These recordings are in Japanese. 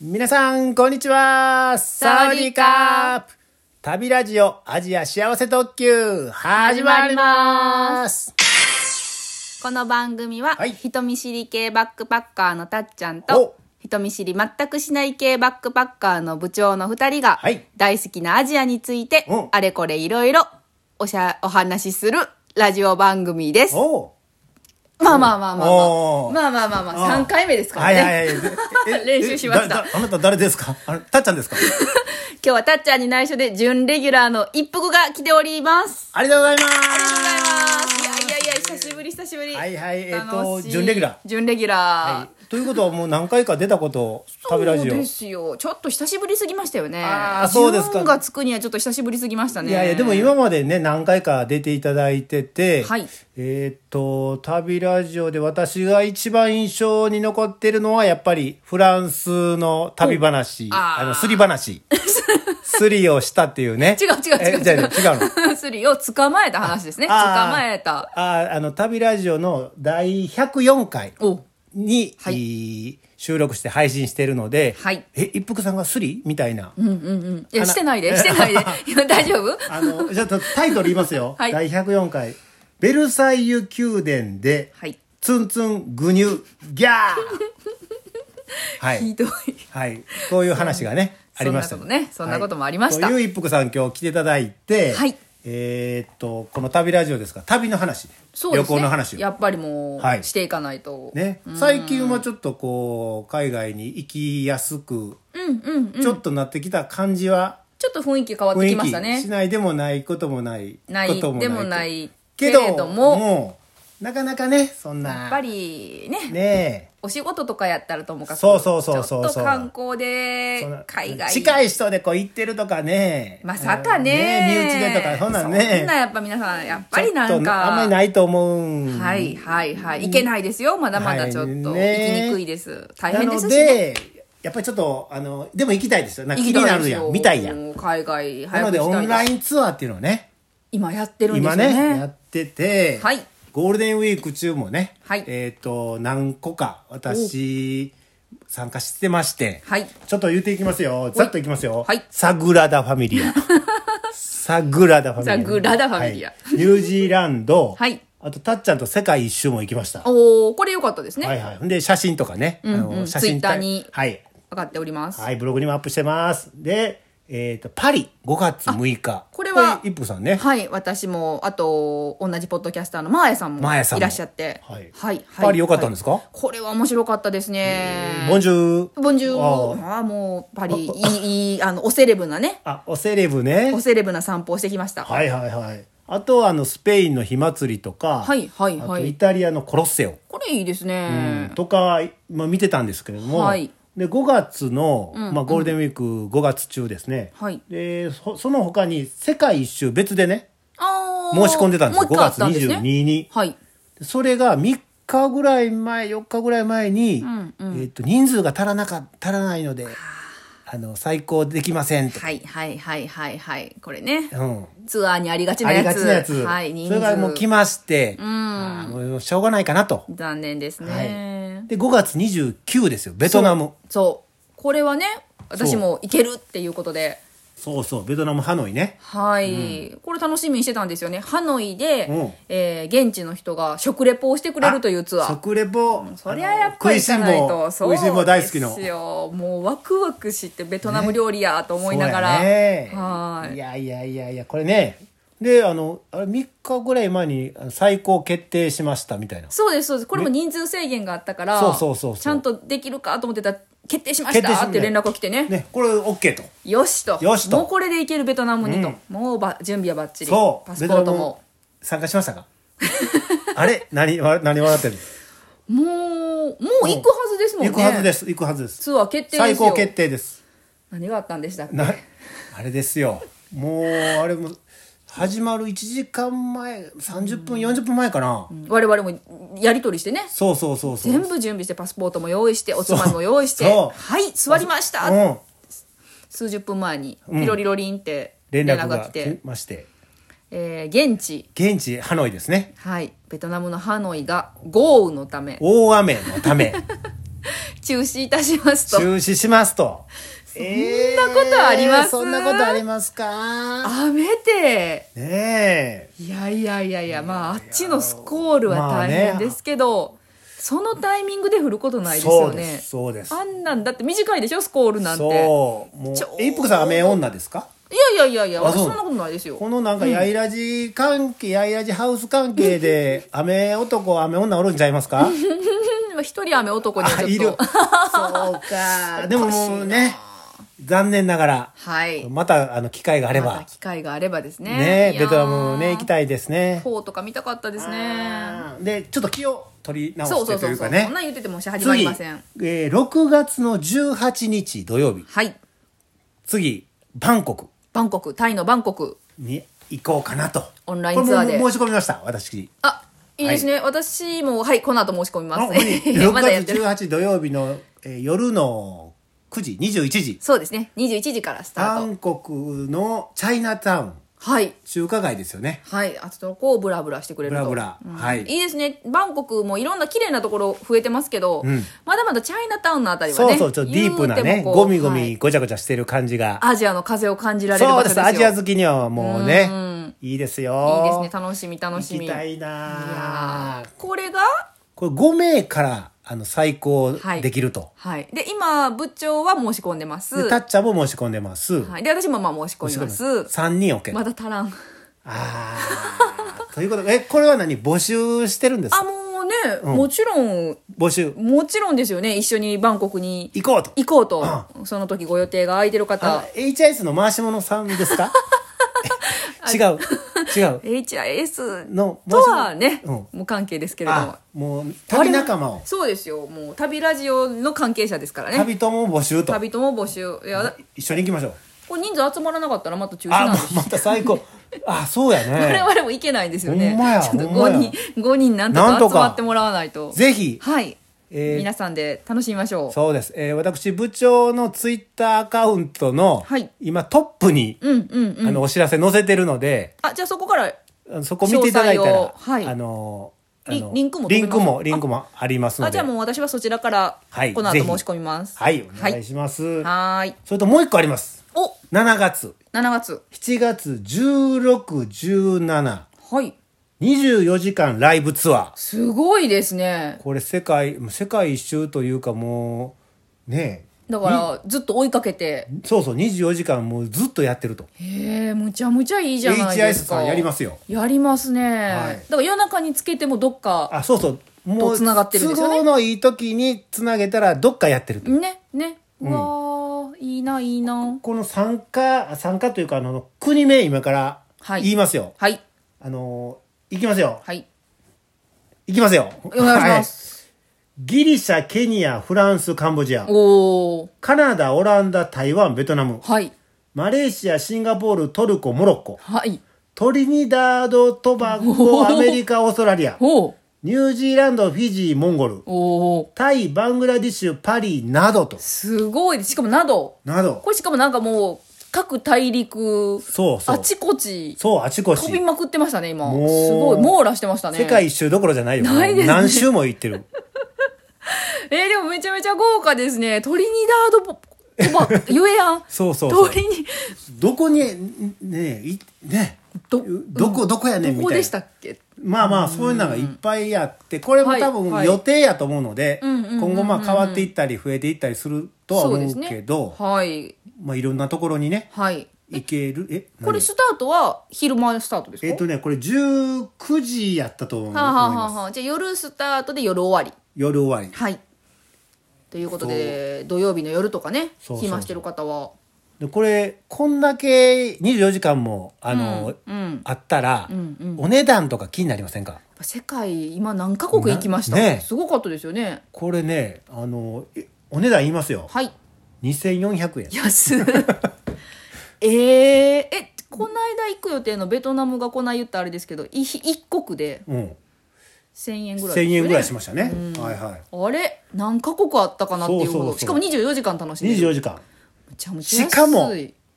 皆さん、こんにちはサワディーカプ旅ラジオアジア幸せ特急始まりますこの番組は、はい人見知り系バックパッカーのたっちゃんおと人見知り全くしない系バックパッカーの部長の2人が、はい大好きなアジアについて、うんあれこれいろいろおしゃお話しするラジオ番組です。おうまあまあまあまあおーまあまあまあまあまあうん3回目ですからはいね、はいはい。え練習しましたえだだあなた誰ですかあれたっちゃんですか今日はたっちゃんに内緒で準レギュラーの一服が来ております。ありがとうございますありがとうございます。いやいやいや久しぶり久しぶり。はいはいえっと楽しい準レギュラー準レギュラー。はいということはもう何回か出たこと、旅ラジオ。そうでいすよちょっと久しぶりすぎましたよねあーそうですか4月9にはちょっと久しぶりすぎましたねやいや、でも今までね、何回か出ていただいてて、はいえっと、旅ラジオで私が一番印象に残ってるのは、やっぱりフランスの旅話、おああーの、すり 話。すりをしたっていうね。違う違う違うえじゃあ 違うの。スリを捕まえた話ですね捕あーまえたあーあの旅ラジオの第104回おに、はいいい収録して配信してるので、はいえ一服さんがスリみたいな、うんいやしてないでし てないでいや大丈夫あのじゃあタイトル言いますよ、はい第104回「ベルサイユ宮殿ではいツンツングニュギ ャー」はひい、どいはい、こういう話がねありましたそんなことねそんなこともありましたはいという一服さん今日来ていただいて、はいえーっとこの旅ラジオですか旅の話、そうで旅すね行の話をやっぱりもはいうしていかないと、ね、最近はちょっとこう海外に行きやすく、ちょっとなってきた感じはちょっと雰囲気変わっ雰てき囲ました気しねないでもないこともないないことでもないけけどれどももうなかなかねそんなやっぱりねねお仕事とかやったらともかくそうそうそうそうそうちょっと観光えでそんな海外近い人でこう行ってるとかねまさかね,、うん身内でとかそんなんそんなねやっぱ皆さんやっぱちょりっとなんかあんまりないと思うんはいはいはいいけないですよまだまだちょっと、はいね行きにくいです大な変でのすしねでやっぱりちょっとあのでも行きたいですよなんか行気きにたいですよなるやん見たいやんもう海外なのでオンランインツアーっていうのをね今やってるんですよ今ねねやってて、はいゴールデンウィーク中もね、はいえっ、と何個か私参加してまして、はいちょっと言っていきますよざっといきますよ、はいサグラダ・ファミ リアサグラダ・ファミリアサグラダファミリアはいニュージーランド、はいあとたっちゃんと世界一周も行きました、おおこれ良かったですね、はいはいほんで写真とかね、んうんあの写真た Twitter にはい上がっております、はいブログにもアップしてますでえっ、とパリ5月6日これは一服さんねはい、私も、あと、同じポッドキャスターのマーヤさんもマーヤさんもいらっしゃって。はいはい。パリ良かったんですかはいこれは面白かったですね。ボンジュールボンジュール。あーああ、もう、パリ、いい、いい、あの、おセレブなね、あ、おセレブねお。セレブな散歩をしてきました。はいはいはい。あとはあのスペインの火祭りとか、はいはいはいあとイタリアのコロッセオこれいいですね。とか、まあ見てたんですけれども、はいで5月の、まあゴールデンウィーク5月中ですね。はいでそその他に世界一周別でね、あ申し込んでたんですよ。 5 5月22日に。はい。それが3日ぐらい前、4日ぐらい前に、んえっと人数が足らなか足らないので、あの再行できませんと。はいはいはいはいはい。これね。うん。ツアーにありがちあなりやつ。がちなやつ。はい、人それが数。もう来まして、あーもうしょうがないかなと。残念ですはいね。で、5月29ですよ、ベトナム。そう。これはね、私も行けるっていうことで。そうそう、ベトナム、ハノイね。はい、これ楽しみにしてたんですよねハノイで、うんえー現地の人が食レポをしてくれるというツアー食レポ。そりゃやっぱり行かないあのと食いしん坊、食いしん坊大好きの。そうですよもうワクワクしてベトナム料理やと思いながら、そうやねはいいやいやいやいや、これね。で、あの、あれ3日ぐらい前にあの最高決定しましたみたいな。そうですそうですこれも人数制限があったから、そうそうそうそうちゃんとできるかと思ってたら決定しまし決定したって連絡が来てねね、これ OK と。よしとよしともうこれでいけるベトナムにと、うんもうば準備はばっちりそパう、スベポトーナトムも参加しましたか あれ何、わ何笑ってるもうもう行くはずですもんね行くはずです、行くはずです。ツアー決定ですよ最高決定です。何があったんでしたっけなあれですよもうあれも始まる1時間前30分40分前かな、我々もやり取りしてねそうそうそうそう全部準備してパスポートも用意しておつまみも用意してそうはい座りました、うん、数十分前にんピロリロリンって連連絡絡がが来て、来ましてえー現地現地ハノイですねはいベトナムのハノイが豪雨のため 大雨のため中止いたしますと。中止しますと。そんなことありますそんなことありますか雨で、ねえ。いやいやいやいや、まあ、あっちのスコールは大変ですけど、そのタイミングで降ることないですそようでね。す、そうです。あんなんだって短いでしょ、スコールなんて。いそう。もうちょう、どえ一服さん雨女ですかやいやいやいや、あ私そうそんなことないですよ。このなんか、やいらじ関係、やいらじハウス関係 で、雨男、雨女おるんちゃいますかうん一人雨男にはあ、いち る。ょそうっと。か。でももうね、残念ながら、はい。また、あの、機会があれまたば、機会があればですね。ねいやベートナムね、行きたいですね。フォーとか見たかったですね。で、ちょっと気を取り直そしうそてうとそいううそかう。ねそん。なん言っててもし始まり次、えません。ー6月の18日土曜日、はい。次、バンコクバンコク、タイのバンコク。に行こうかなと。オンラインツアーこでれもう申し込みました、私。あ、いいですね。私も、はい、この後申し込みまあす。ここにい やまだや6って月18る。土曜日の、えー夜の9時21時そうですね。21時からスタート。韓国のチャイナタウンはい。中華街ですよねはい。あとこうブラブラしてくれると。ブラブラはいいいですね。バンコクもいろんな綺麗なところ増えてますけど、まだまだチャイナタウンのあたりはそうね。そうちょっとディープな言うてねもこうゴミゴはいミごちゃごちゃしてる感じが、アジアの風を感じられるそ場所うですですよ。アジア好きにはもうねいいですよいいですね。楽しみ楽し行み。きたいいやなーこれがこれ5名からあの最高はいできると、はい。で、今、部長は申し込んでます。でタッチャーも申し込んでます、はい。で、私もまあ申し込みま3す。人 OK、まだ足らん。ああということでえこれは何募集してるんですあ、かもうね、もちろん、募集もちろんですよね。一緒にバンコクに行こうと行こうと。その時ご予定が空いてるあ方。 HIS の回し者さんですか違 う違う HIS のとはね、うん無関係ですけれどもあ。もう旅仲間をそうですよ。もう、旅ラジオの関係者ですからね。旅友を募集と旅とも募集。いや、一緒に行きましょうこれ人数集まらなかったらまた中止あなんもですうま た最高あそうや我ね々もいけないんですよね。ほんまやちょっとほんまや5人、五人なんとなんかと集かまってもらわないと。ぜひはい、えー皆さんで楽しみましょう。そうです、えー私部長のツイッターアカウントの、はい今トップに、うんうんうん。あのお知らせ載せてるのであ、じゃあそこから、あのそこ見ていただいた詳ら、細をはいあのあリのリンクも飛リべンますクもリンクもありますのあ、でじゃあもう私はそちらからはい、この後ぜひ申し込みます。はいおは願いい。します、はーい。それともう一個ありますお、 7月7月。 7月1617はい。 24時間ライブツアすごいですねー。これ世界もう世界一周というかもうねだから、ずっと追いかけて。えそうそう24時間もうずっとやってるとへえ、むちゃむちゃいいじゃないですか。 HIS さんやりますよ。やりますね。はいだから夜中につけてもどっか、あそうそうもとう繋がってるんですよね都合のいい時につなげたらどっかやってると、ね、ね。うわー、いいな、いいな。この参加参加というかあの国名今からはい言いますよ、はい。あの行きますよはい。行きますよお願いします。はいギリシャケニアフランスカンボジアおー。カナダオランダ台湾ベトナムはい。マレーシアシンガポールトルコモロッコはい。トリニダード・トバおゴ、ーアメリカ、オーストラリア、おー。ニュージーランド、フィジー、モンゴル、おー。タイ、バングラディッシュ、パリなどと。すごい。しかも、など。など。これしかもなんかもう、各大陸、そうそうあちこち、そう、あちこ飛びち。まくってましたね、今。もうすごい。網羅してましたね。世界一周どころじゃないよ。ないですね何周も行ってる。えーでもめちゃめちゃ豪華ですね。トリニダードポ、 トバ、ゆえやん。そうそうそうトリニ、どこに、んねえ、いねどどこ、どこやねんみここたでいしたな。っけまあまあ、そういうのがいっぱいあって、これも多は分い予定やと思うので、うんうんうんうん今後まあ変わっていったり増えていったりするとはそう思ですうねけど、はい。まあいろんなところにね、はい。行ける、え、これ何スタートは昼間スタートですかえっ、とね、これ19時やったと思いはあ、はあはまあす。はあ、じゃあ夜スタートで夜終わり。夜終わり。はい。ということで、土曜日の夜とかね、そうそうそう暇してる方は。で、これ、こんだけ24時間も、あの、うん。あったら、んお値段とか気になりませんか世界、今何カ国行きました、なねすごかったですよね。これね、あの、えお値段言いますよ。はい。 2400円。安い。 えー、え、この間行く予定のベトナムがこない言ったあれですけど、い一国でうん。 1000円ぐらいですよ1000ね、円ぐらいしましたね。はいはい。あれ何カ国あったかなっていうほどそうそうそうしかも24時間楽しんでる24時間。めちゃめちゃ安いしかも、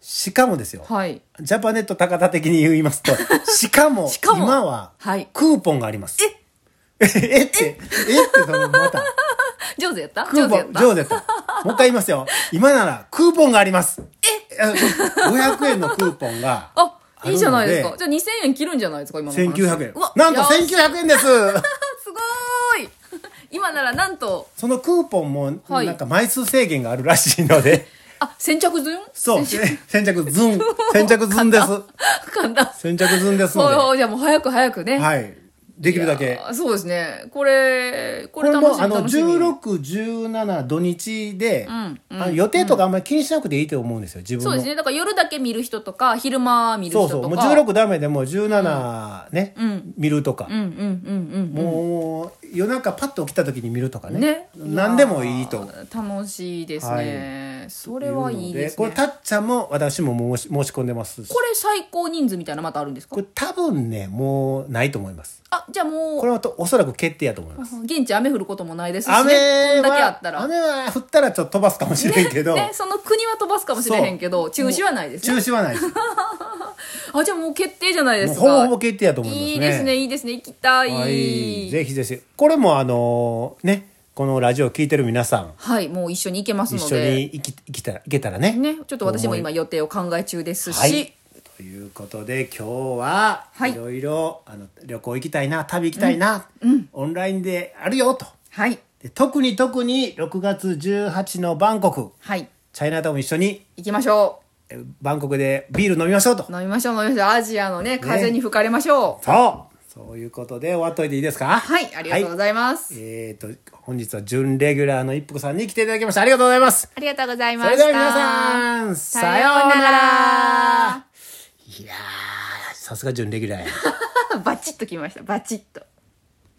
しかもですよ。はいジャパネット高田的に言います と、しかも、しかも今は、はい クーポンがあります。ええって、えって、そのまた。上手やったクー上手ポやっン、た上手やった。もう一回言いますよ。今ならクーポンがあります。え ?500 円のクーポンが。あいいじゃないですあかじゃあ2000円切るんじゃないですか今の話1900円うわ。なんと安い1900円です すごーい 今ならなんとそのクーポンも、はいなんか枚数制限があるらしいので。あ先着順そう、先着先着ずん。先着ずん です。簡単先着ずんですそうのじゃあもう早く早くねで。はい。できるだいけや。ーそうですねこれここれれ楽しも、みあの、楽しみ16、17土日で、んあの予定とかあんまり気にしなくていいと思うんですよ、自分そうのです。ねだから夜だけ見る人とか昼間見るそ人うとかそう。もう16ダメでもう17ね、見るとかう。んうんうんもう、夜中パッと起きた時に見るとかうんね。何でもいいと思う。やー楽しいですね、それはいいですこねれ、これたっちゃんも私も申し申し込んでますし。最高人数みたいなのまたあるんですかこれ多分ね、もうないと思います。あじゃあもうこれはとおそらく決定やと思います。現地雨降ることもないですし、ね、雨こんだけあったは、ら、雨は降ったらちょっと飛ばすかもしれんけど、ね、その国は飛ばすかもしれへんけど中止はないです中ね止はないです。もあじゃあもう決定じゃないでうすほぼかほぼ決定やと思いますね。いいですねいいですね行きたいはい。ぜひぜひ。これもあのーね、このラジオ聞いてる皆さん、はいもう一緒に行けます一の緒でに行き行きた行けたらね。ねちょっと私も今予定を考え中ですし、はい。ということで今日ははいいろいろあの旅行行きたいな旅行きたいな、オンラインであるよとはいで特に特に6月18のバンコクはいチャイナタウン一緒に行きましょえバンコクでビール飲みましょうとう飲みましょう飲みましょうアジアのね風に吹かれましょう、そうそういうことで終わっといていいですかはいありがとうごはざいます、えー、と本日は準レギュラーの一服さんに来ていただきましたありがとうございますありがとうございそまれしではた皆さ んさようならいやーさすが準レギュラーやバチッときましたバチッと